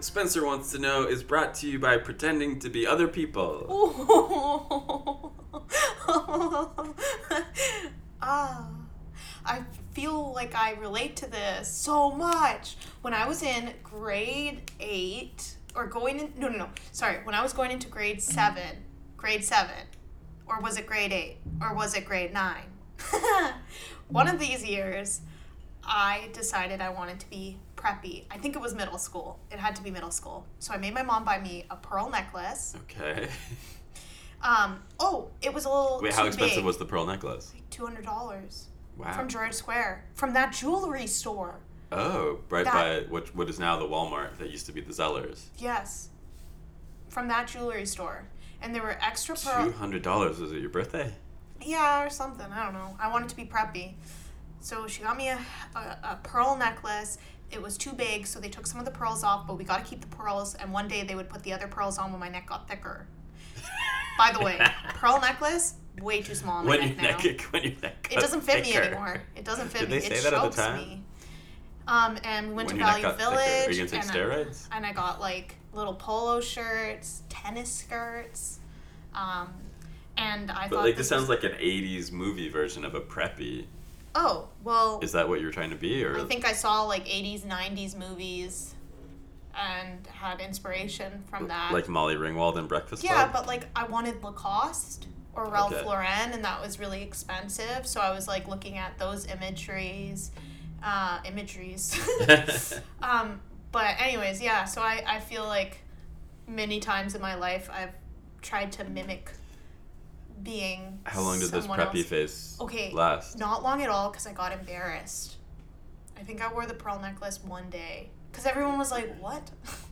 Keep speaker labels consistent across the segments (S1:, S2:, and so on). S1: Spencer wants to know is brought to you by pretending to be other people.
S2: Ah, I feel like I relate to this so much. When I was in grade eight, or going in, no, no, no, sorry, when I was going into grade seven, grade seven, or was it grade eight, or was it grade nine? One of these years, I decided I wanted to be preppy. I think it was middle school. It had to be middle school. So I made my mom buy me a pearl necklace.
S1: Okay.
S2: Um, oh, it was a little.
S1: Wait, how
S2: too
S1: expensive
S2: big.
S1: was the pearl necklace?
S2: Two hundred dollars
S1: Wow.
S2: from George Square from that jewelry store.
S1: oh, right
S2: That-
S1: by what what is now the Walmart that used to be the Zellers.
S2: Yes, from that jewelry store, and there were extra
S1: Two
S2: pearls.
S1: hundred dollars was it your birthday?
S2: Yeah, or something. I don't know. I wanted to be preppy, so she got me a, a, a pearl necklace. It was too big, so they took some of the pearls off, but we got to keep the pearls. And one day they would put the other pearls on when my neck got thicker. By the way, pearl necklace way too small on Oh my
S1: When
S2: neck
S1: your
S2: now.
S1: neck when your neck
S2: It
S1: got
S2: doesn't fit
S1: thicker.
S2: me anymore. It doesn't fit
S1: Did
S2: me.
S1: they say
S2: it
S1: that at the
S2: chokes
S1: time?
S2: me. Um, and we went
S1: When
S2: to
S1: your neck
S2: Value
S1: got thicker.
S2: Village.
S1: Are you gonna take
S2: and I-
S1: steroids?
S2: and I got like little polo shirts, tennis skirts, um, and I
S1: But
S2: thought
S1: like this
S2: was-
S1: sounds like an '80s movie version of a preppy.
S2: oh well.
S1: Is that what you're trying to be, or
S2: I think I saw like '80s, '90s movies, and had inspiration from that.
S1: like Molly Ringwald in Breakfast
S2: yeah,
S1: Club?
S2: but like I wanted Lacoste or Ralph
S1: Okay.
S2: Lauren, and that was really expensive. So I was like looking at those imageries, uh, imageries. Um, but anyways, yeah. So I, I feel like many times in my life I've tried to mimic being.
S1: How long did this
S2: someone
S1: preppy
S2: else.
S1: face
S2: Okay.
S1: last?
S2: Not long at all, because I got embarrassed. I think I wore the pearl necklace one day, because everyone was like, "What?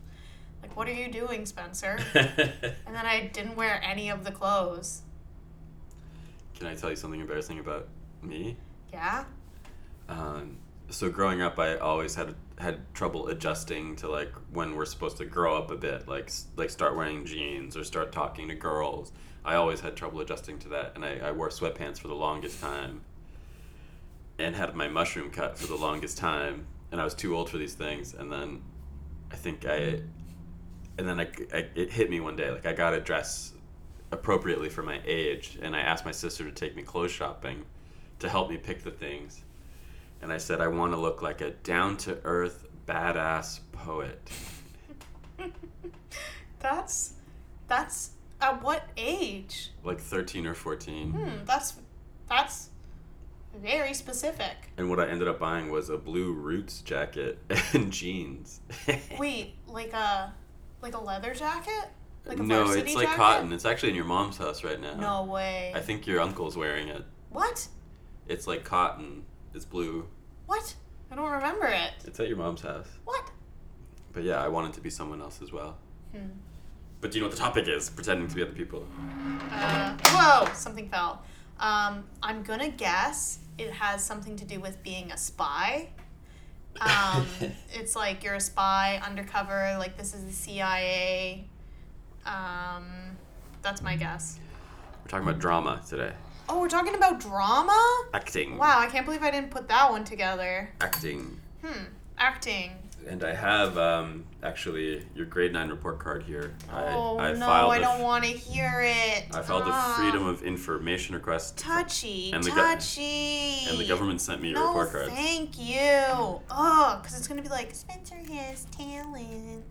S2: like, what are you doing, Spencer?" and then I didn't wear any of the clothes.
S1: Can I tell you something embarrassing about me?
S2: Yeah.
S1: Um, so growing up, I always had had trouble adjusting to like when we're supposed to grow up a bit, like s- like start wearing jeans or start talking to girls. I always had trouble adjusting to that, and I, I wore sweatpants for the longest time, and had my mushroom cut for the longest time, and I was too old for these things. And then I think I, and then I, I it hit me one day, like I got to dress appropriately for my age, and I asked my sister to take me clothes shopping, to help me pick the things and I said, I want to look like a down to earth badass poet.
S2: That's that's at what age?
S1: Like 13 or 14.
S2: Hmm, that's that's very specific.
S1: And what I ended up buying was a blue Roots jacket and jeans.
S2: Wait, like a like a leather jacket? Like a
S1: no,
S2: varsity
S1: it's like
S2: jacket?
S1: cotton. It's actually in your mom's house right now.
S2: No way.
S1: I think your uncle's wearing it.
S2: what?
S1: It's like cotton. It's blue.
S2: What? I don't remember it.
S1: It's at your mom's house.
S2: What?
S1: But yeah, I wanted to be someone else as well.
S2: Hmm.
S1: But do you know what the topic is? Pretending to be other people.
S2: Uh, whoa! Something fell. Um, I'm gonna guess it has something to do with being a spy. Um, it's like you're a spy, undercover. Like this is the CIA. Um, that's my guess.
S1: We're talking about drama today.
S2: Oh, we're talking about drama.
S1: Acting.
S2: Wow, I can't believe I didn't put that one together.
S1: Acting.
S2: Hmm. Acting.
S1: and I have um, actually your grade nine report card here.
S2: oh
S1: I, I
S2: no,
S1: filed
S2: I
S1: a
S2: don't
S1: f-
S2: want to hear it.
S1: I filed
S2: Ah,
S1: a freedom of information request,
S2: touchy,
S1: and the go-
S2: touchy.
S1: and the government sent me your
S2: No,
S1: report cards.
S2: thank you. Oh, because it's gonna be like Spencer has talent.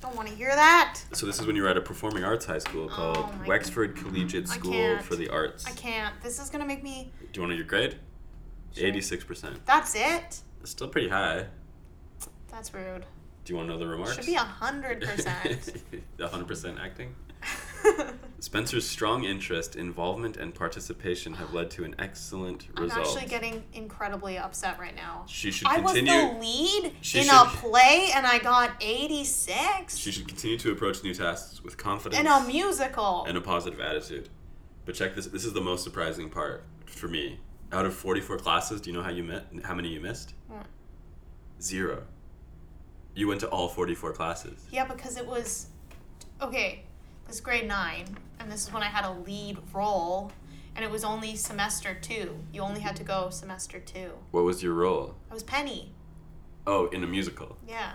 S2: Don't want to hear that.
S1: so this is when you were at a performing arts high school called
S2: Oh my God.
S1: Wexford Collegiate
S2: I
S1: School
S2: can't.
S1: for the Arts.
S2: I can't. This is gonna make me.
S1: Do you want to know your grade? Eighty-six percent.
S2: That's it.
S1: It's still pretty high.
S2: That's rude.
S1: Do you want to know the remarks?
S2: Should be a hundred percent.
S1: hundred percent acting. Spencer's strong interest, involvement, and participation have led to an excellent
S2: I'm
S1: result.
S2: actually getting incredibly upset right now.
S1: she should
S2: I was
S1: continue.
S2: the lead
S1: She
S2: in
S1: should-
S2: a play, and I got 86
S1: She should continue to approach new tasks with confidence
S2: in a musical.
S1: and a positive attitude. But check this. This is the most surprising part for me. Out of 44 classes, do you know how you met? How many you missed?
S2: What?
S1: Zero. You went to all 44 classes.
S2: yeah, because it was okay. This grade nine, and this is when I had a lead role, and it was only semester two. You only had to go semester two.
S1: What was your role?
S2: I was Penny.
S1: Oh, in a musical.
S2: Yeah,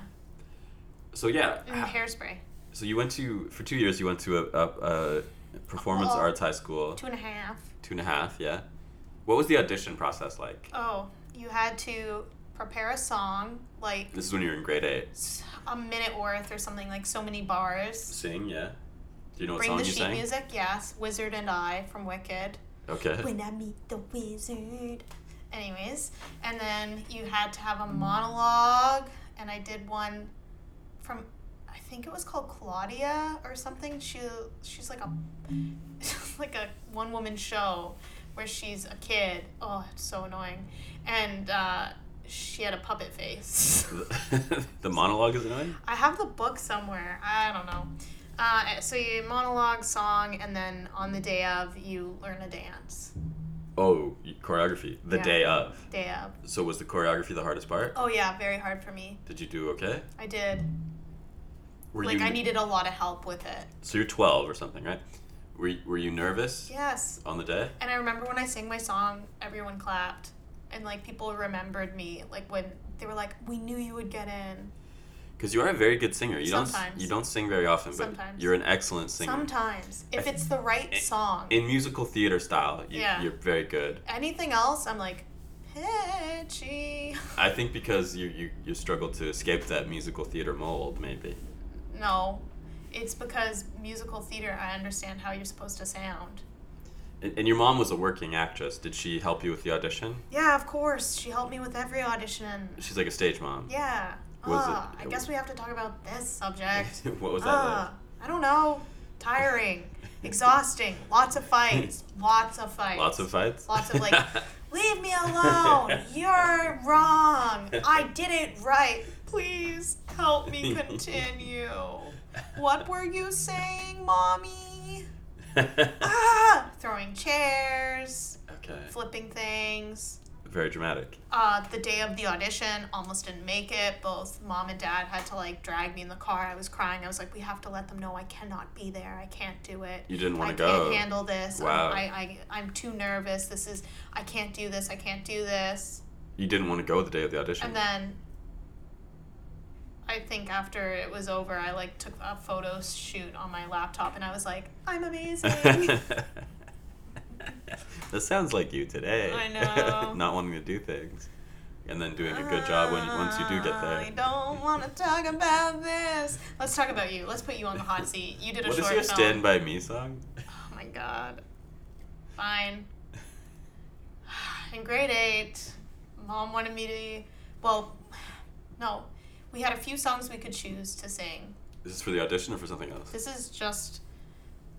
S1: So yeah.
S2: in Hairspray.
S1: So you went to for two years. You went to a, a, a performance
S2: Oh.
S1: arts high school.
S2: Two and a half.
S1: Two and a half. Yeah. What was the audition process like?
S2: Oh, you had to prepare a song like
S1: This is when you're in grade eight.
S2: a minute worth or something like so many bars.
S1: Sing. Yeah. Do you know what
S2: Bring
S1: song
S2: the
S1: you
S2: sheet
S1: sang?
S2: music, yes. Wizard and I from Wicked.
S1: Okay.
S2: When I meet the wizard. Anyways, and then you had to have a monologue, and I did one from I think it was called Claudia or something. She she's like a like a one woman show where she's a kid. Oh, it's so annoying, and uh, she had a puppet face.
S1: the monologue is annoying.
S2: I have the book somewhere. I don't know. Uh, so you monologue, song, and then on the day of, you learn a dance.
S1: Oh, choreography. The
S2: Yeah.
S1: day of.
S2: Day of.
S1: So was the choreography the hardest part?
S2: Oh yeah, very hard for me.
S1: Did you do okay?
S2: I did.
S1: Were
S2: like
S1: you
S2: I needed a lot of help with it.
S1: So you're 12 or something, right? Were you, were you nervous
S2: Yes.
S1: on the day?
S2: And I remember when I sang my song, everyone clapped, and like people remembered me. Like when they were like, "We knew you would get in."
S1: Because you are a very good singer. You don't s-
S2: Sometimes.
S1: you don't sing very often, but
S2: Sometimes.
S1: you're an excellent singer.
S2: Sometimes, if
S1: I-
S2: it's the right song.
S1: In musical theater style, you,
S2: Yeah.
S1: you're very good.
S2: Anything else, I'm like, pitchy.
S1: I think because you, you you struggle to escape that musical theater mold, maybe.
S2: No, it's because musical theater. I understand how you're supposed to sound.
S1: And, and your mom was a working actress. Did she help you with the audition?
S2: Yeah, of course. She helped me with every audition.
S1: She's like a stage mom.
S2: Yeah.
S1: Was
S2: Ah,
S1: it-
S2: I guess we have to talk about this subject.
S1: what was that like?
S2: Ah, I don't know. Tiring, exhausting, lots of fights, lots of fights.
S1: Lots of fights.
S2: Lots of, like, Leave me alone. You're wrong. I did it right. Please help me continue. What were you saying, mommy? Ah! Throwing chairs,
S1: okay.
S2: flipping things.
S1: Very dramatic.
S2: Uh, the day of the audition, almost didn't make it. Both mom and dad had to like drag me in the car. I was crying. I was like, we have to let them know I cannot be there. I can't do it.
S1: You didn't wanna
S2: I
S1: go."
S2: can't handle this. I'm-
S1: Wow.
S2: I, I, I'm too nervous. This is, I can't do this. I can't do this.
S1: You didn't want to go the day of the audition.
S2: And then I think after it was over, I like took a photo shoot on my laptop and I was like, I'm amazing.
S1: that sounds like you today.
S2: I know.
S1: Not wanting to do things, and then doing a good job when once you do get
S2: I
S1: there.
S2: don't want to talk about this. Let's talk about you. Let's put you on the hot seat. You did a
S1: What is
S2: short
S1: your
S2: film.
S1: "Stand by Me" song?
S2: Oh my god. Fine. In grade eight, mom wanted me to. Well, no, we had a few songs we could choose to sing.
S1: Is this for the audition or for something else?
S2: This is just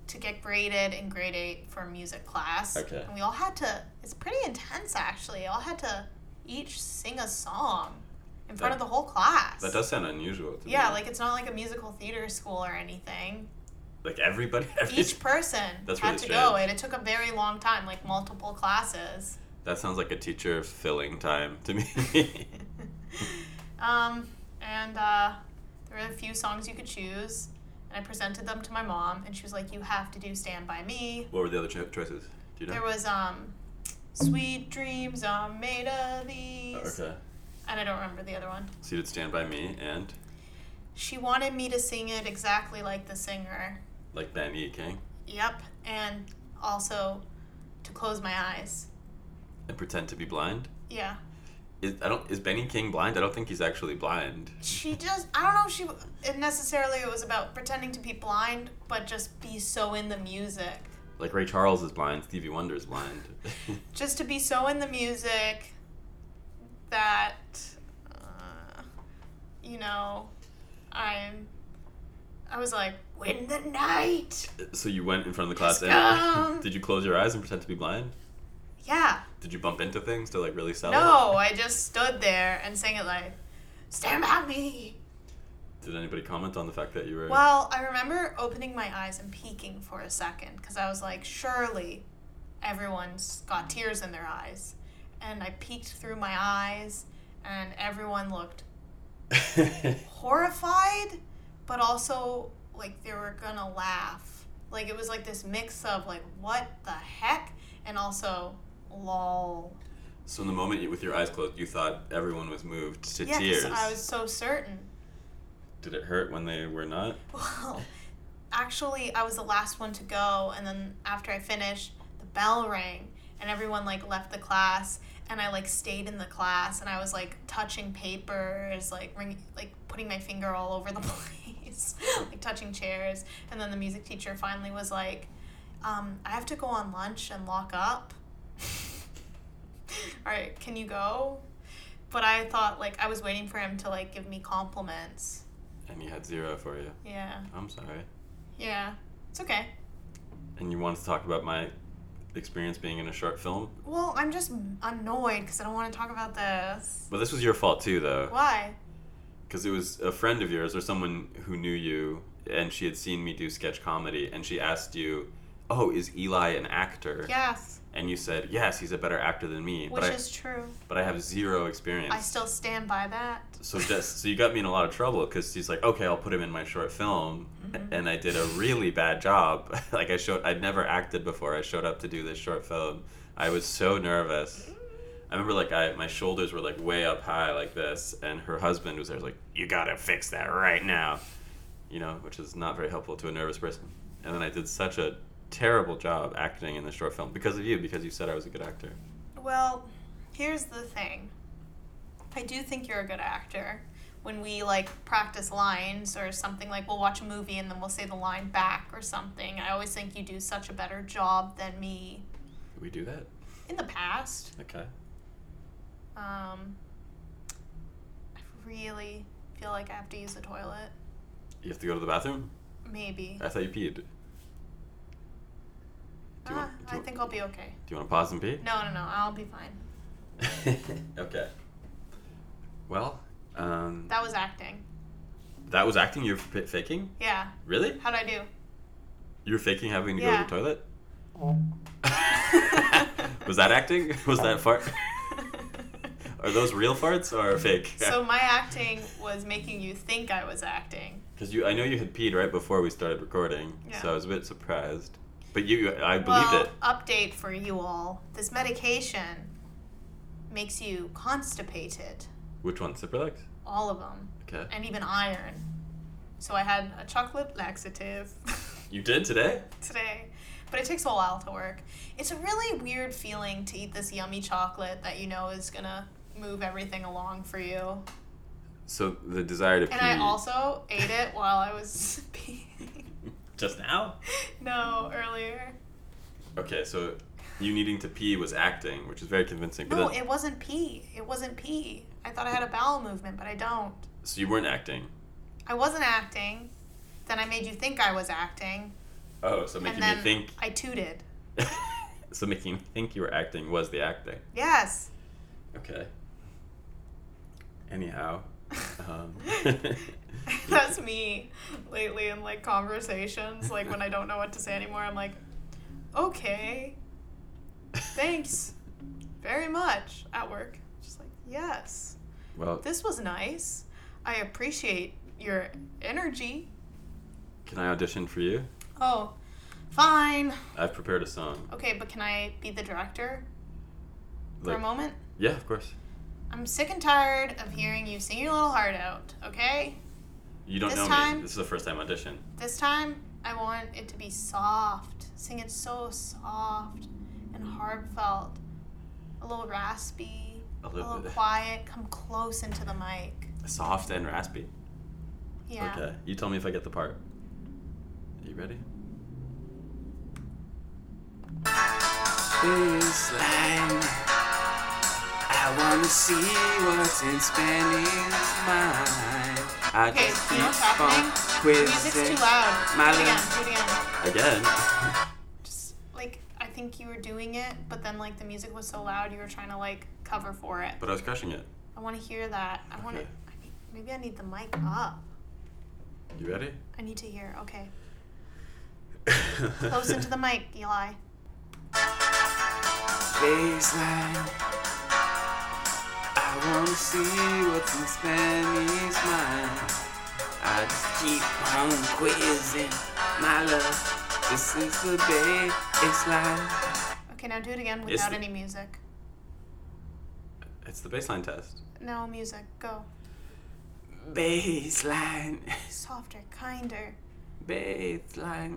S2: to get graded in grade eight for music class.
S1: Okay.
S2: And we all had to. It's pretty intense, actually. All had to each sing a song in front
S1: That-
S2: of the whole class.
S1: That does sound unusual. To
S2: Yeah,
S1: me.
S2: like it's not like a musical theater school or anything.
S1: like everybody. Every,
S2: Each person
S1: That's
S2: had
S1: really
S2: to go,
S1: strange.
S2: and it took a very long time, like multiple classes.
S1: that sounds like a teacher filling time to me.
S2: Um, and uh, there were a few songs you could choose, and I presented them to my mom, and she was like, "You have to do Stand by Me."
S1: what were the other cho- choices? Do you know?
S2: There was um, "Sweet Dreams Are Made of These."
S1: okay.
S2: and I don't remember the other one.
S1: So you did Stand By Me and
S2: She wanted me to sing it exactly like the singer.
S1: like Benny E. King
S2: Yep, and also to close my eyes.
S1: and Pretend to Be Blind.
S2: Yeah.
S1: Is, I don't, is Benny King blind? I don't think he's actually blind.
S2: She just, I don't know if she, if necessarily it was about pretending to be blind, but just be so in the music.
S1: Like Ray Charles is blind, Stevie Wonder is blind.
S2: Just to be so in the music that, uh, you know, I'm, I was like, win the night!
S1: so you went in front of the class
S2: Let's
S1: and
S2: go.
S1: did you close your eyes and pretend to be blind?
S2: Yeah.
S1: Did you bump into things to like really sell it?
S2: No, I just stood there and sang it like, stand by me!
S1: Did anybody comment on the fact that you were?
S2: Well, I remember opening my eyes and peeking for a second because I was like, surely everyone's got tears in their eyes. And I peeked through my eyes, and everyone looked horrified, but also like they were gonna laugh. Like it was like this mix of like, what the heck? And also, lol.
S1: so in the moment you, with your eyes closed, you thought everyone was moved to
S2: Yeah, 'cause
S1: tears.
S2: I was so certain.
S1: Did it hurt when they were not?
S2: Well, actually, I was the last one to go, and then after I finished, the bell rang, and everyone like left the class, and I like stayed in the class, and I was like touching papers, like ring, like putting my finger all over the place, like touching chairs, and then the music teacher finally was like, um, "I have to go on lunch and lock up." all right, can you go? But I thought like I was waiting for him to like give me compliments.
S1: And you had zero for you.
S2: Yeah.
S1: I'm sorry.
S2: Yeah, it's okay.
S1: And you wanted to talk about my experience being in a short film,
S2: Well, I'm just annoyed because I don't want to talk about this.
S1: but this was your fault too, though.
S2: Why?
S1: because it was a friend of yours or someone who knew you and she had seen me do sketch comedy and she asked you oh is eli an actor
S2: Yes,
S1: and you said yes he's a better actor than me
S2: which
S1: but I,
S2: is true.
S1: but I have zero experience
S2: I still stand by that.
S1: so just so you got me in a lot of trouble because she's like okay i'll put him in my short film a- and i did a really bad job like i showed i'd never acted before i showed up to do this short film i was so nervous i remember like i my shoulders were like way up high like this and her husband was there was like you gotta fix that right now you know which is not very helpful to a nervous person and then i did such a terrible job acting in the short film because of you because you said i was a good actor
S2: Well, here's the thing. I do think you're a good actor. When we like practice lines or something, like we'll watch a movie and then we'll say the line back or something. I always think you do such a better job than me
S1: Did we do that
S2: in the past.
S1: okay
S2: Um, I really feel like I have to use the toilet.
S1: you have to go to the bathroom
S2: Maybe.
S1: i thought you peed Do you
S2: Ah,
S1: want- do
S2: I
S1: you-
S2: think I'll be okay.
S1: Do you want to pause and pee?
S2: No, no, no. I'll be fine.
S1: okay. Well, um,
S2: That was acting.
S1: that was acting. You're f- faking?
S2: Yeah.
S1: Really?
S2: How'd I do?
S1: You're faking having to
S2: Yeah.
S1: go to the toilet? was that acting? Was that fart? Are those real farts or fake?
S2: so my acting was making you think I was acting.
S1: Because you, I know you had peed right before we started recording,
S2: Yeah.
S1: so I was a bit surprised. But you, you I believed
S2: well,
S1: it.
S2: update for you all. This medication makes you constipated.
S1: Which one? Ciprolex?
S2: All of them.
S1: Okay.
S2: And even iron. So I had a chocolate laxative
S1: You did today?
S2: today. But it takes a while to work. It's a really weird feeling to eat this yummy chocolate that you know is gonna move everything along for you.
S1: So the desire to pee.
S2: And I also ate it while I was peeing.
S1: Just now?
S2: no, earlier.
S1: Okay, so you needing to pee was acting, which is very convincing. But
S2: No,
S1: then-
S2: it wasn't pee. It wasn't pee. I thought I had a bowel movement, but I don't.
S1: so you weren't acting.
S2: I wasn't acting. Then I made you think I was acting.
S1: Oh, so making
S2: and then
S1: me think.
S2: I tooted.
S1: so making me think you were acting was the acting.
S2: Yes.
S1: Okay. Anyhow, um,
S2: That's me lately in like conversations, like when I don't know what to say anymore, I'm like, okay, thanks very much at work. Just like, yes.
S1: well,
S2: This was nice. I appreciate your energy.
S1: can I audition for you?
S2: Oh, fine.
S1: I've prepared a song.
S2: Okay, but can I be the director for
S1: Like-
S2: a moment?
S1: Yeah, of course.
S2: I'm sick and tired of hearing you sing your little heart out, okay?
S1: You don't
S2: This
S1: know
S2: time-
S1: me. This is the first time audition.
S2: This time, I want it to be soft. Sing it so soft and heartfelt. A little raspy,
S1: A
S2: a
S1: little
S2: little
S1: bit
S2: quiet. Come close into the mic.
S1: soft and raspy.
S2: Yeah.
S1: Okay. You tell me if I get the part. Are you ready?
S3: baseline. I wanna see what's in Spanish mine. I
S2: Okay,
S3: just
S2: you know what's
S3: keep on
S2: happening? The music's
S3: quizzing.
S2: too loud.
S3: My
S2: do it again,
S3: love.
S2: do it again.
S1: Again.
S2: Just, like, I think you were doing it, but then, like, the music was so loud, you were trying to, like, cover for it.
S1: But I was crushing it.
S2: I want to hear that. I want to.
S1: Okay.
S2: Maybe I need the mic up.
S1: You ready?
S2: I need to hear. Okay. Close into the mic, Eli.
S3: Baseline. I wanna see what's in Spanish mine. I just keep on quizzing. My love, this is the baseline.
S2: Okay, now do it again
S1: It's
S2: without
S1: the-
S2: any music.
S1: It's the baseline test.
S2: No music. Go.
S3: Baseline.
S2: Softer, kinder.
S3: Baseline.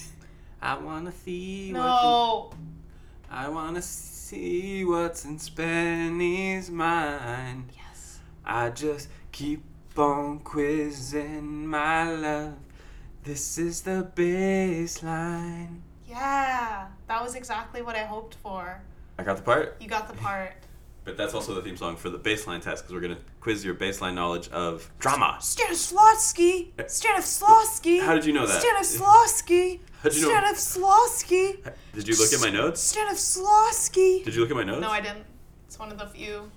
S3: I wanna see what's in
S2: No.
S3: I wanna see what's in Spenny's mind.
S2: Yes.
S3: I just keep on quizzing my love. This is the baseline.
S2: Yeah. That was exactly what I hoped for.
S1: I got the part.
S2: You got the part.
S1: But that's also the theme song for the baseline test because we're going to quiz your baseline knowledge of drama.
S2: Stanislavski. Stanislavski.
S1: How did you know that?
S2: Stanislavski.
S1: How'd you know?
S2: Stanislavski.
S1: Did you look at my notes?
S2: Stanislavski.
S1: Did you look at my notes?
S2: No, I didn't. It's one of the few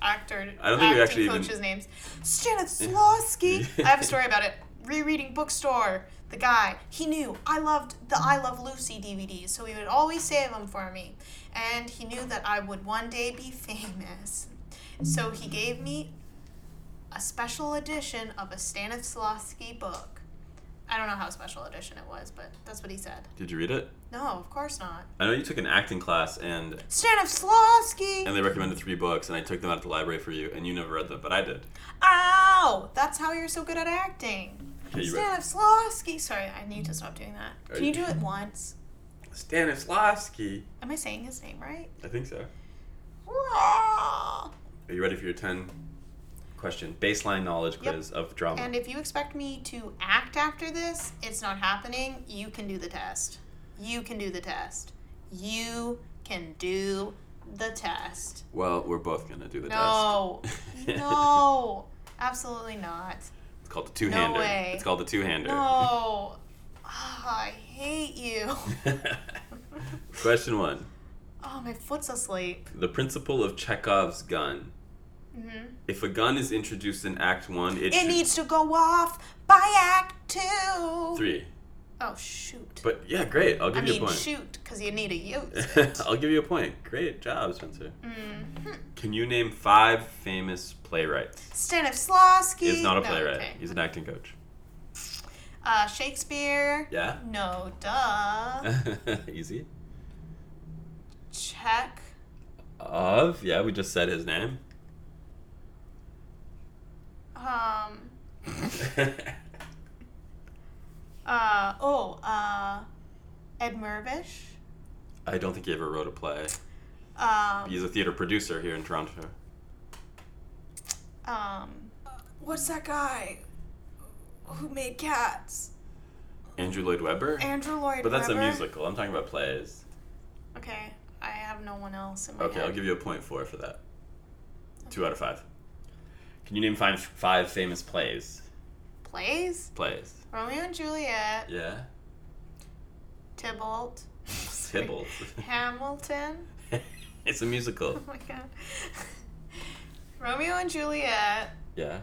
S2: actor
S1: I don't think we actually
S2: acting
S1: even-
S2: coaches' names. Stanislavski. I have a story about it. Rereading bookstore. The guy, he knew I loved the I Love Lucy DVDs, so he would always save them for me. And he knew that I would one day be famous. So he gave me a special edition of a Stanislavski book. I don't know how special edition it was, but that's what he said.
S1: Did you read it?
S2: No, of course not.
S1: I know you took an acting class and
S2: Stanislavski!
S1: and they recommended three books and I took them out at the library for you and you never read them, but I did.
S2: Ow! That's how you're so good at acting.
S1: Okay, you read.
S2: Stanislavski. Sorry, I need to stop doing that.
S1: Are
S2: Can you
S1: you-
S2: do it once?
S1: Stanislavski.
S2: Am I saying his name right?
S1: I think so. Are you ready for your 10 question baseline knowledge
S2: Yep.
S1: quiz of drama?
S2: And if you expect me to act after this, it's not happening. You can do the test. You can do the test. You can do the test.
S1: well, we're both going to do the
S2: No.
S1: test.
S2: No. Absolutely not.
S1: it's called the two-hander.
S2: way.
S1: It's called the two-hander.
S2: No. Ah, I hate you.
S1: question 1.
S2: Oh, my foot's asleep.
S1: The principle of Chekhov's gun.
S2: hmm
S1: If a gun is introduced in Act 1, it,
S2: It
S1: should-
S2: needs to go off by Act Two.
S1: Three.
S2: Oh shoot!
S1: But yeah, great. I'll
S2: I
S1: give you a
S2: mean
S1: point.
S2: shoot, because you need a youth.
S1: I'll give you a point. Great job, Spencer.
S2: Mm. Hmm.
S1: Can you name five famous playwrights?
S2: Stanislavski.
S1: He's not a
S2: No,
S1: playwright.
S2: okay.
S1: He's an acting coach.
S2: Uh, Shakespeare.
S1: Yeah.
S2: No, duh.
S1: Easy.
S2: Check.
S1: Of yeah, we just said his name.
S2: Um. Uh. Oh. Uh. Ed Mervish.
S1: I don't think he ever wrote a play.
S2: Um.
S1: He's a theater producer here in Toronto.
S2: Um. What's that guy? Who made Cats?
S1: Andrew Lloyd Webber.
S2: Andrew Lloyd.
S1: But that's a
S2: Webber?
S1: musical. I'm talking about plays.
S2: Okay. I have no one else in my
S1: Okay,
S2: head.
S1: I'll give you a point four for that. Two out of five. Can you name five five famous plays?
S2: Plays.
S1: Plays.
S2: Romeo and Juliet.
S1: Yeah.
S2: Tybalt. Sorry.
S1: Tibbles.
S2: Hamilton.
S1: it's a musical.
S2: Oh my god. Romeo and Juliet.
S1: Yeah.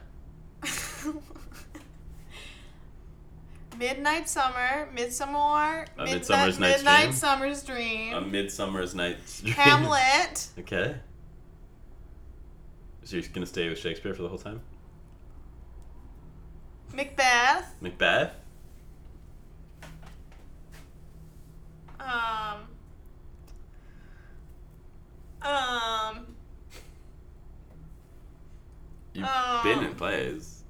S2: Midnight Summer. Midsummer.
S1: A Midsummer's Night's
S2: Midnight
S1: Dream?
S2: Summer's Dream.
S1: A Midsummer's Night's Dream.
S2: Hamlet.
S1: Okay. So you're gonna stay with Shakespeare for the whole time?
S2: Macbeth.
S1: Macbeth?
S2: Um. Um.
S1: You've
S2: Um,
S1: been in plays.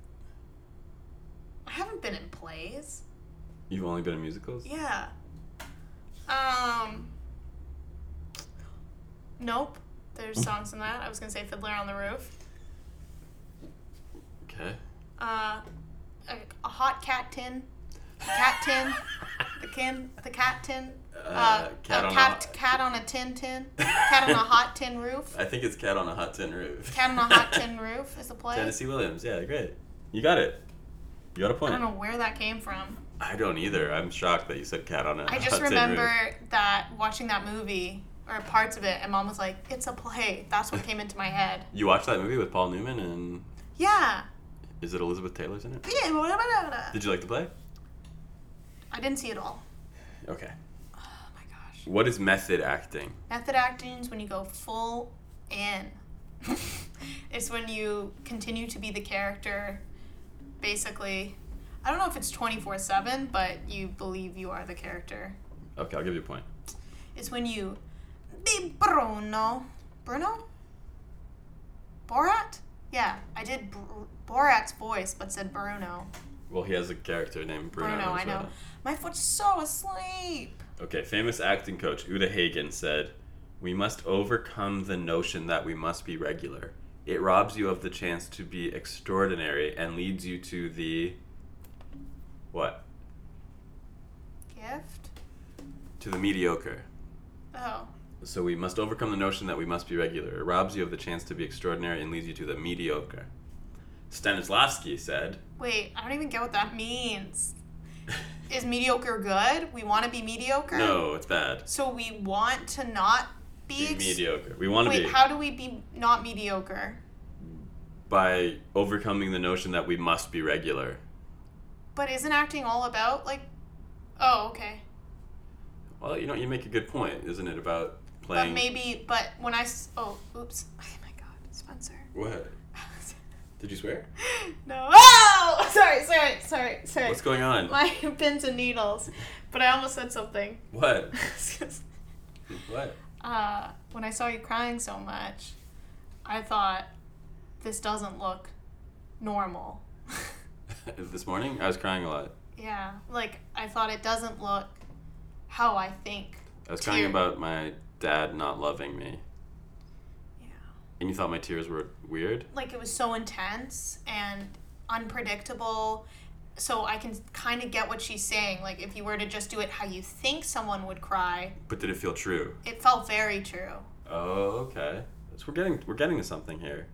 S2: I haven't been in plays.
S1: You've only been in musicals.
S2: Yeah. Um. Nope.
S1: Hmm.
S2: There's songs in that. I was gonna say Fiddler on the Roof.
S1: Okay.
S2: Uh, a, a hot cat tin. Cat tin. The kin. The cat tin.
S1: Uh,
S2: Uh,
S1: cat
S2: a
S1: on a
S2: cat,
S1: hot-
S2: cat on a tin tin. Cat on a hot tin roof.
S1: I think it's Cat on a Hot Tin Roof.
S2: Cat on a hot tin roof is a play.
S1: Tennessee Williams. Yeah, great. You got it. You got a
S2: I
S1: point.
S2: don't know where that came from.
S1: I don't either. I'm shocked that you said Cat on a
S2: I
S1: Hot
S2: just
S1: Tin Roof.
S2: remember that watching that movie or parts of it, and mom was like, "It's a play." That's what came into my head.
S1: You watched that movie with Paul Newman and
S2: Yeah.
S1: is it Elizabeth Taylor's in it?
S2: Yeah. blah, blah, blah, blah.
S1: Did you like the play?
S2: uh, I didn't see it all.
S1: Okay.
S2: Oh my gosh.
S1: What is method acting?
S2: Method acting is when you go full in. it's when you continue to be the character, basically. I don't know if it's 24 7, but you believe you are the character.
S1: Okay, I'll give you a point.
S2: It's when you be Bruno. Bruno? Borat? Yeah, I did Br- Borat's voice, but said Bruno.
S1: Well, he has a character named Bruno.
S2: Bruno,
S1: as
S2: I know.
S1: well.
S2: My foot's so asleep.
S1: Okay, famous acting coach Uta Hagen said, "We must overcome the notion that we must be regular. It robs you of the chance to be extraordinary and leads you to the what?
S2: Gift?
S1: To the mediocre."
S2: Oh.
S1: So we must overcome the notion that we must be regular. It robs you of the chance to be extraordinary and leads you to the mediocre. Stanislavski said,
S2: Wait, I don't even get what that means. Is mediocre good? We want to be mediocre?
S1: "No, it's bad.
S2: So we want to not be,
S1: Be
S2: ex-
S1: mediocre. We want to
S2: Wait,
S1: be
S2: how do we be not mediocre?
S1: by overcoming the notion that we must be regular."
S2: But isn't acting all about like Oh, okay.
S1: Well, you know, you make a good point, isn't it? About
S2: But
S1: playing.
S2: maybe but when I s- Oh, oops. Oh my god, Spencer.
S1: What? Did you swear?
S2: no. Oh! Sorry, sorry, sorry, sorry.
S1: What's going on?
S2: my pins and needles. But I almost said something.
S1: What? What?
S2: uh, when I saw you crying so much, I thought this doesn't look normal.
S1: this morning, I was crying a lot.
S2: yeah, like I thought it doesn't look how I think.
S1: I was crying
S2: Tear.
S1: about my dad not loving me.
S2: Yeah.
S1: And you thought my tears were weird?
S2: Like it was so intense and unpredictable. So I can kind of get what she's saying. Like if you were to just do it how you think someone would cry,
S1: But did it feel true?
S2: it felt very true.
S1: Oh, okay. So we're getting we're getting to something here.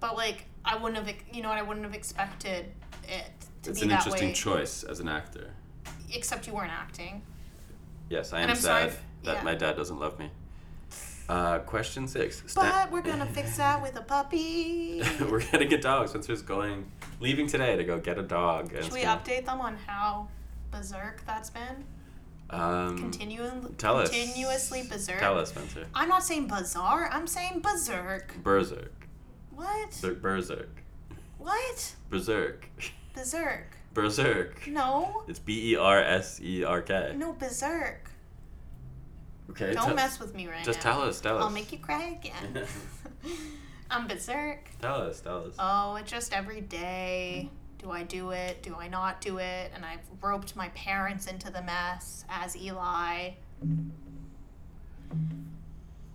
S2: But like I wouldn't have, ex- you know what? I wouldn't have expected it to
S1: it's
S2: be
S1: an
S2: that
S1: interesting
S2: way.
S1: choice as an actor.
S2: except you weren't acting.
S1: Yes, I am
S2: And I'm sorry
S1: sad
S2: if-
S1: that
S2: yeah.
S1: my dad doesn't love me. Uh, question six. Sta-
S2: But we're gonna fix that with a puppy.
S1: we're getting a dog. Spencer's going, leaving today to go get a dog. and
S2: Should
S1: it's
S2: we
S1: gonna-
S2: update them on how berserk that's been?
S1: Um,
S2: Continuing,
S1: Tell us.
S2: continuously berserk.
S1: Tell us, Spencer.
S2: I'm not saying bizarre. I'm saying berserk.
S1: Berserk.
S2: What?
S1: Berserk. Berserk.
S2: What?
S1: Berserk.
S2: Berserk.
S1: Berserk.
S2: No.
S1: It's B E R S E R K.
S2: No berserk.
S1: Okay.
S2: Don't
S1: tell-
S2: mess with me right
S1: Just
S2: now.
S1: tell us. Tell us.
S2: I'll make you cry again. I'm berserk.
S1: Tell us. Tell us.
S2: Oh, it's just every day. Do I do it? Do I not do it? And I've roped my parents into the mess as Eli.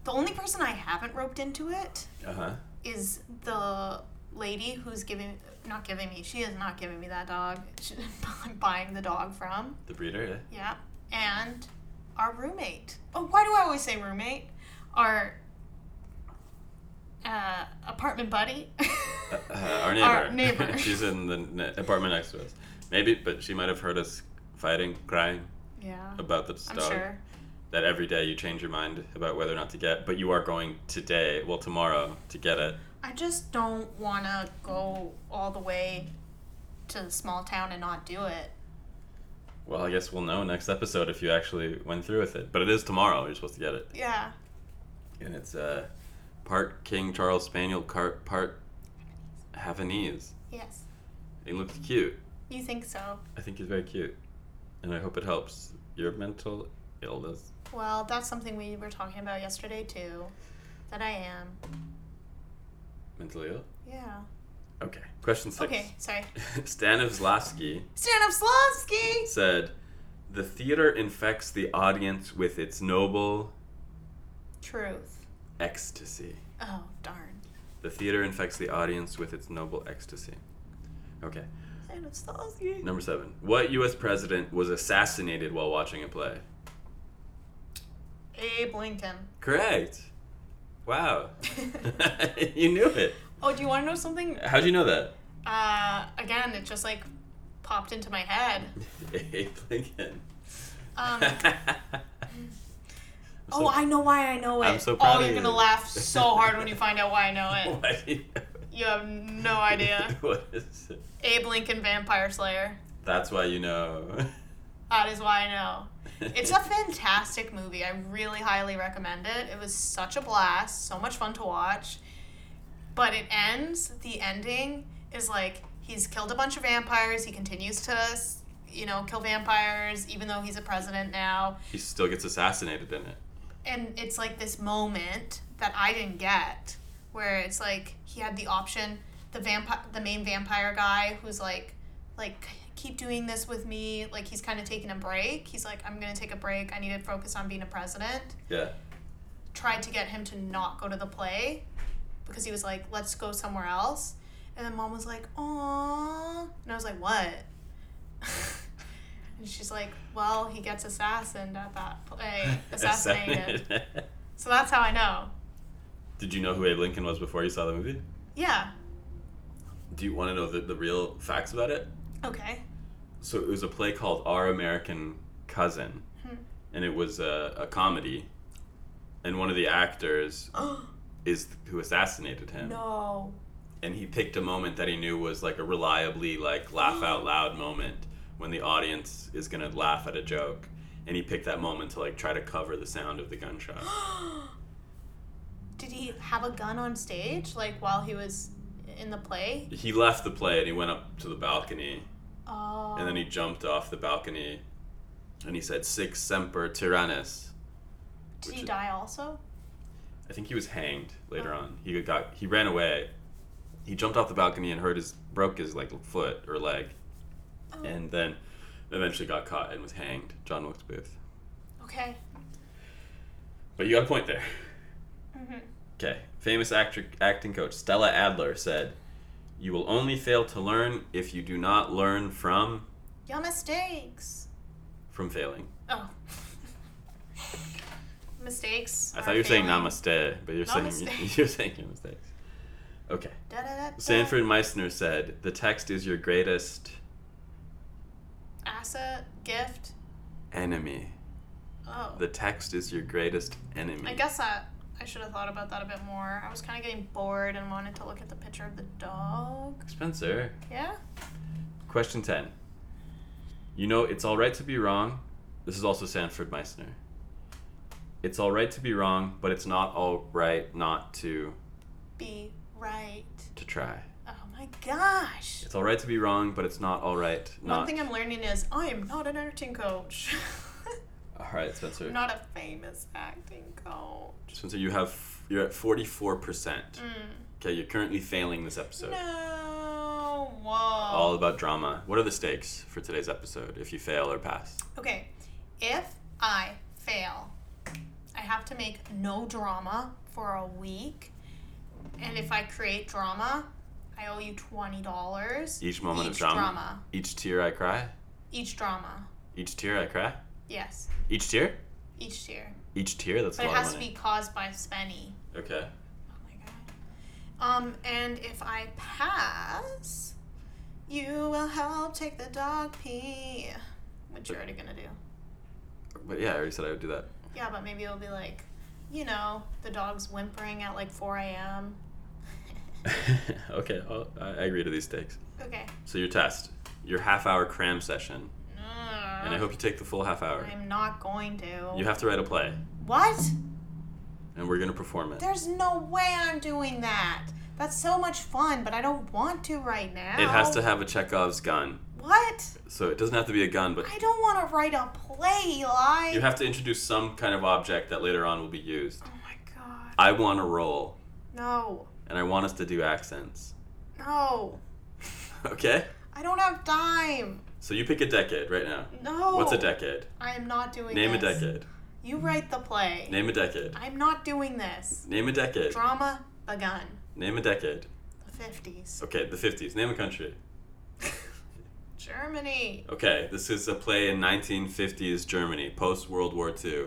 S2: The only person I haven't roped into it
S1: Uh huh.
S2: is the lady who's giving, not giving me, she is not giving me that dog. She, I'm buying the dog from.
S1: The breeder. Yeah.
S2: Yeah. And our roommate. Oh, why do I always say roommate? Our uh, apartment buddy.
S1: Uh, our neighbor.
S2: Our neighbor.
S1: She's in the ne- apartment next to us. Maybe, but she might have heard us fighting, crying
S2: yeah.
S1: about this
S2: I'm
S1: dog.
S2: sure.
S1: That every day you change your mind about whether or not to get, but you are going today, well tomorrow, to get it.
S2: I just don't want to go all the way to the small town and not do it.
S1: Well, I guess we'll know next episode if you actually went through with it. But it is tomorrow. You're supposed to get it,
S2: Yeah.
S1: and it's uh, part King Charles Spaniel, part part Havanese.
S2: Yes.
S1: He looks cute.
S2: You think so?
S1: I think he's very cute, and I hope it helps your mental illness.
S2: Well, that's something we were talking about yesterday too. That I am.
S1: Mentally ill?
S2: Yeah.
S1: Okay. Question six.
S2: Okay, sorry.
S1: Stanislavski
S2: Stanislavski!
S1: said, "The theater infects the audience with its noble
S2: Truth.
S1: ecstasy.
S2: Oh, darn.
S1: The theater infects the audience with its noble ecstasy." Okay.
S2: Stanislavski.
S1: Number seven. What U.S. president was assassinated while watching a play?
S2: Abe Lincoln.
S1: Correct. Wow. you knew it.
S2: oh, do you want to know something?
S1: How'd you know that?
S2: Uh, again, it just like popped into my head.
S1: Abe Lincoln.
S2: Um,
S1: I'm so-
S2: oh, I know why I know it.
S1: I'm so proud
S2: oh,
S1: of
S2: you're
S1: you.
S2: gonna laugh so hard when you find out why I know it.
S1: Why do you know it?
S2: You have no idea.
S1: what is it?
S2: Abe Lincoln, Vampire Slayer.
S1: That's why you know.
S2: That is why I know. It's a fantastic movie. I really highly recommend it. It was such a blast, so much fun to watch. But it ends, the ending is like he's killed a bunch of vampires. He continues to, you know, kill vampires, even though he's a president now.
S1: he still gets assassinated in it.
S2: And it's like this moment that I didn't get where it's like he had the option the vampire the main vampire guy who's like like keep doing this with me like he's kind of taking a break he's like i'm gonna take a break i need to focus on being a president
S1: Yeah.
S2: tried to get him to not go to the play because he was like, let's go somewhere else. And then mom was like, "Aw," and I was like, what? and she's like, well, he gets assassinated at that play, assassinated. so that's how I know.
S1: Did you know who Abe Lincoln was before you saw the movie?
S2: Yeah.
S1: Do you want to know the, the real facts about it?
S2: Okay.
S1: So it was a play called Our American Cousin,
S2: Hmm.
S1: and it was a, a comedy, and one of the actors is who assassinated him.
S2: no.
S1: and he picked a moment that he knew was like a reliably like laugh out loud moment when the audience is gonna laugh at a joke and he picked that moment to like try to cover the sound of the gunshot
S2: Did he have a gun on stage, like while he was in the play?
S1: he left the play and he went up to the balcony
S2: Oh.
S1: and then he jumped off the balcony and he said six semper tyrannis
S2: Did he
S1: which-
S2: die also?
S1: i think he was hanged later
S2: Oh.
S1: on he got he ran away he jumped off the balcony and hurt his broke his like foot or leg
S2: Oh.
S1: and then eventually got caught and was hanged john wilkes booth
S2: Okay.
S1: But you got a point there.
S2: Mm-hmm.
S1: Okay. Famous actor, acting coach Stella Adler said, "You will only fail to learn if you do not learn from
S2: Your mistakes.
S1: from failing."
S2: Oh. mistakes.
S1: I
S2: are
S1: thought you were saying
S2: failing.
S1: namaste, but you're saying
S2: Namaste.
S1: you're saying your mistakes. Okay.
S2: Da, da, da, da.
S1: Sanford Meissner said, "The text is your greatest
S2: Asset gift.
S1: enemy.
S2: Oh.
S1: The text is your greatest enemy."
S2: I guess that I should have thought about that a bit more. I was kind of getting bored and wanted to look at the picture of the dog.
S1: Spencer.
S2: Yeah.
S1: Question 10. You know, it's alright to be wrong. This is also Sanford Meissner. It's alright to be wrong, but it's not alright not to
S2: Be right.
S1: to try.
S2: Oh my gosh.
S1: It's alright to be wrong, but it's not alright
S2: One
S1: not.
S2: thing I'm learning is I am not an acting coach.
S1: alright, Spencer.
S2: I'm not a famous acting coach.
S1: Spencer, you have you're at 44%.
S2: Mm.
S1: Mm. Okay, you're currently failing this episode.
S2: No. Whoa.
S1: All about drama. What are the stakes for today's episode if you fail or pass?
S2: Okay, if I fail, I have to make no drama for a week. And if I create drama, I owe you $20.
S1: Each moment of
S2: Each
S1: drama,
S2: drama.
S1: Each tear I cry.
S2: Each drama.
S1: Each tear I cry.
S2: Yes,
S1: Each tear?
S2: each tier.
S1: Each tear? That's
S2: But
S1: a
S2: it
S1: lot
S2: has
S1: of
S2: to
S1: money.
S2: be caused by Spenny.
S1: Okay.
S2: Oh my god. Um, and if I pass, you will help take the dog pee. Which you're already gonna do.
S1: But yeah, I already said I would do that.
S2: Yeah, but maybe it'll be like, you know, the dog's whimpering at like 4 a.m.
S1: okay, I'll, I I agree to these takes.
S2: Okay.
S1: So your test, your half-hour cram session, and I hope you take the full half hour.
S2: I'm not going to.
S1: You have to write a play,
S2: what?
S1: and we're gonna perform it.
S2: There's no way I'm doing that. That's so much fun, but I don't want to right now.
S1: It has to have a Chekhov's gun,
S2: What?
S1: so it doesn't have to be a gun, but
S2: I don't want to write a play, Eli.
S1: you have to introduce some kind of object that later on will be used.
S2: oh my god.
S1: I want to roll,
S2: No.
S1: and I want us to do accents.
S2: No.
S1: Okay?
S2: I don't have time.
S1: So you pick a decade right now.
S2: No.
S1: What's a decade?
S2: I am not doing
S1: Name a
S2: Oh, this.
S1: decade.
S2: You write the play.
S1: Name a decade.
S2: I'm not doing this.
S1: Name a decade.
S2: Drama begun.
S1: Name a decade.
S2: The 50s.
S1: Okay, the 50s. Name a country.
S2: Germany.
S1: Okay, this is a play in 1950s Germany, post World War II.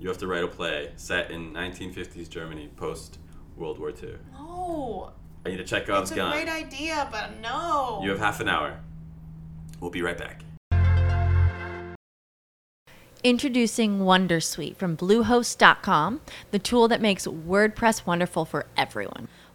S1: You have to write a play set in 1950s Germany, post World War II.
S2: No.
S1: I need a Chekhov's
S2: It's a
S1: gun.
S2: great idea, but no.
S1: You have half an hour. We'll be right back.
S4: Introducing Wondersuite from Bluehost.com, the tool that makes WordPress wonderful for everyone.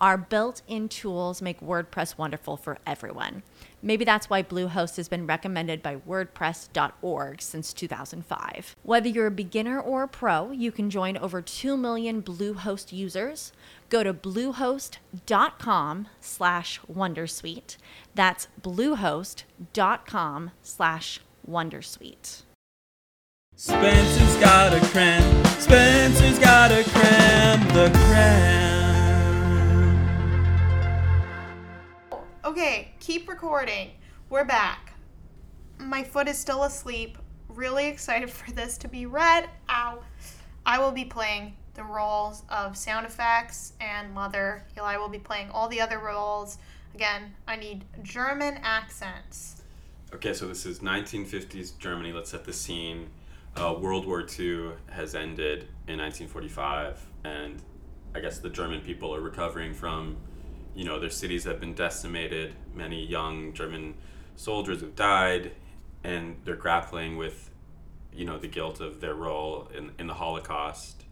S4: Our built in tools make WordPress wonderful for everyone. Maybe that's why Bluehost has been recommended by WordPress.org since 2005. Whether you're a beginner or a pro, you can join over 2 million Bluehost users. Go to bluehost.com slash Wondersuite. That's bluehost.com slash Wondersuite.
S3: Spencer's got a cram. Spencer's got a cram. The cram.
S2: Okay, keep recording. We're back. My foot is still asleep. Really excited for this to be read. Ow. I will be playing the roles of sound effects and mother. Eli will be playing all the other roles. Again, I need German accents.
S1: Okay, so this is 1950s Germany. Let's set the scene. Uh, World War II has ended in 1945, and I guess the German people are recovering from, you know, their cities have been decimated. Many young German soldiers have died, and they're grappling with, you know, the guilt of their role in, in the Holocaust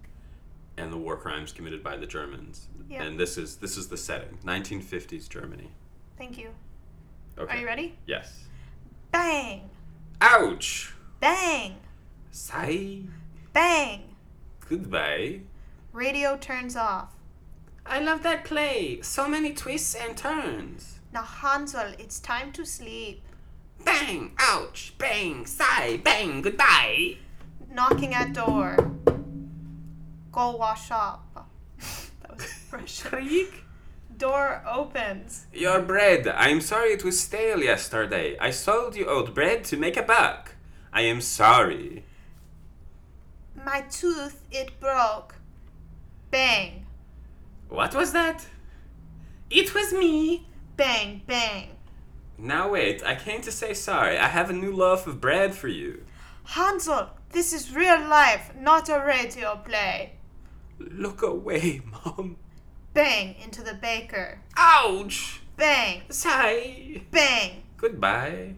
S1: and the war crimes committed by the Germans.
S2: Yeah.
S1: And this is this is the setting, 1950s Germany.
S2: Thank you.
S1: Okay.
S2: Are you ready?
S1: Yes.
S2: Bang!
S1: Ouch.
S2: Bang!
S1: Say
S2: Bang!
S1: goodbye.
S2: Radio turns off.
S3: I love that play. So many twists and turns.
S2: Now, Hansel, it's time to sleep.
S3: Bang! Ouch! Bang! Sigh! Bang! Goodbye!
S2: knocking at door. Go wash up. that was Russian.
S3: Creak!
S2: Door opens.
S1: Your bread. I'm sorry it was stale yesterday. I sold you old bread to make a buck. I am sorry.
S2: My tooth, it broke. Bang,
S1: What was that?
S3: It was me!
S2: bang, bang.
S1: Now wait, I came to say sorry. I have a new loaf of bread for you.
S2: Hansel, this is real life, not a radio play.
S1: Look away, Mom.
S2: Bang into the baker.
S3: Ouch!
S2: Bang,
S3: Sigh!
S2: bang.
S1: Goodbye.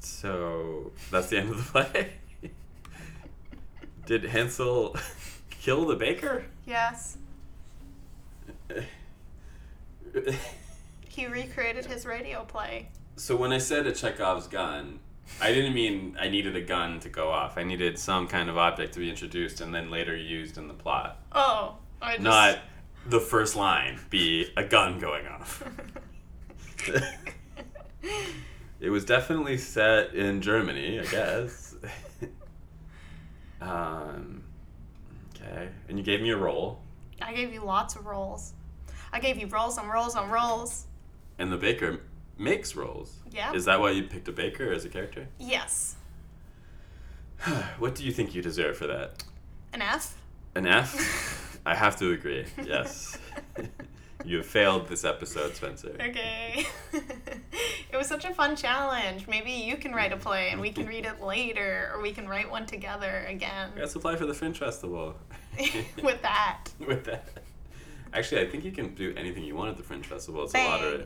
S1: So, that's the end of the play. Did Hansel kill the baker?
S2: Yes, he recreated his radio play.
S1: So when I said a Chekhov's gun, I didn't mean I needed a gun to go off. I needed some kind of object to be introduced and then later used in the plot.
S2: Oh, I just.
S1: Not the first line be a gun going off. it was definitely set in Germany, I guess. um, okay. And you gave me a roll,
S2: I gave you lots of rolls. I gave you rolls on rolls on rolls.
S1: and the baker makes rolls.
S2: Yeah.
S1: Is that why you picked a baker as a character?
S2: Yes.
S1: What do you think you deserve for that?
S2: An F?
S1: An F? I have to agree. Yes. you have failed this episode, Spencer.
S2: Okay. it was such a fun challenge. Maybe you can write a play and we can read it later, or we can write one together again
S1: Let's apply for the Fringe Festival.
S2: with that.
S1: With that. Actually, I think you can do anything you want at the Fringe Festival. It's a
S2: Bang.
S1: lottery.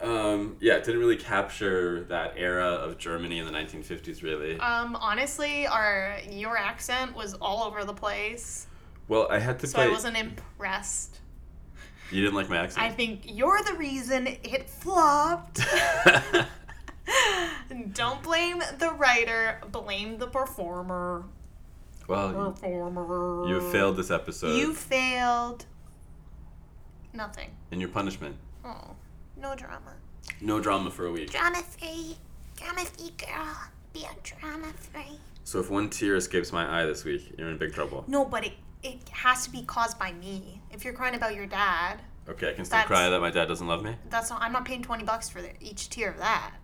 S1: um, yeah, it didn't really capture that era of Germany in the 1950s, really.
S2: Um, honestly, our your accent was all over the place,
S1: Well, I had to
S2: so
S1: play.
S2: I wasn't impressed.
S1: You didn't like my
S2: I
S1: accent.
S2: think you're the reason it flopped. Don't blame the writer, blame the performer.
S1: well,
S2: Performer.
S1: you, you have failed this episode.
S2: uh, You failed. Nothing.
S1: and your punishment.
S2: Oh, no drama.
S1: No drama for a week.
S5: Drama free. Drama free girl. Be a drama free.
S1: So if one tear escapes my eye this week, you're in big trouble.
S2: No, but it, it has to be caused by me. If you're crying about your dad,
S1: Okay, I can still
S2: That's-
S1: cry that my dad doesn't love me.
S2: that's not. I'm not paying twenty bucks for the, each tier of that.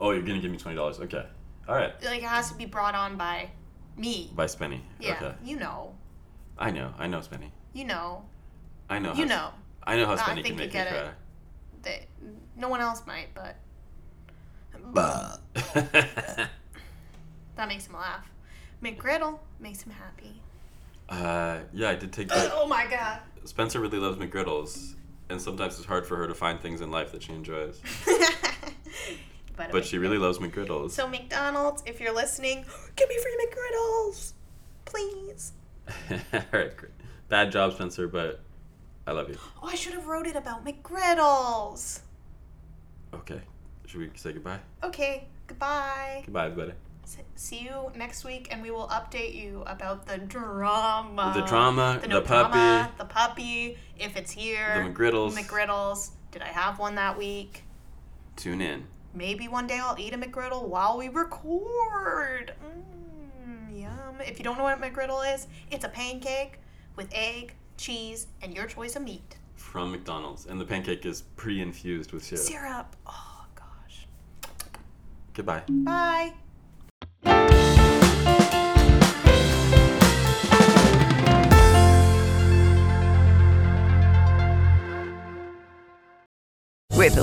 S1: Oh, you're gonna give me twenty dollars. Okay, all right.
S2: Like it has to be brought on by me.
S1: By Spenny.
S2: yeah,
S1: Okay.
S2: you know,
S1: I know. I know Spenny.
S2: you know,
S1: I know.
S2: you
S1: how,
S2: know
S1: I know how
S2: I
S1: Spenny
S2: think
S1: can
S2: you
S1: make me
S2: get
S1: cry.
S2: it. that no one else might, but that makes him laugh. McGriddle makes him happy.
S1: uh, yeah, I did take that.
S2: Oh my god.
S1: Spencer really loves McGriddles, and sometimes it's hard for her to find things in life that she enjoys.
S2: but
S1: But she really loves McGriddles.
S2: so McDonald's, if you're listening, give me free McGriddles, please.
S1: all right, great. Bad job, Spencer, but I love you.
S2: Oh, I should have wrote it about McGriddles.
S1: Okay, should we say goodbye?
S2: Okay, goodbye.
S1: Goodbye, everybody.
S2: S- See you next week, and we will update you about the drama.
S1: the drama, Uh, the,
S2: no
S1: puppy,
S2: drama, the puppy, if it's here.
S1: the McGriddles.
S2: McGriddles. Did I have one that week?
S1: Tune in.
S2: Maybe one day I'll eat a McGriddle while we record. Mmm, yum. If you don't know what a McGriddle is, it's a pancake with egg, cheese, and your choice of meat.
S1: from McDonald's, and the pancake is pre-infused with syrup.
S2: Syrup. Oh, gosh.
S1: Goodbye.
S2: Bye.
S6: With the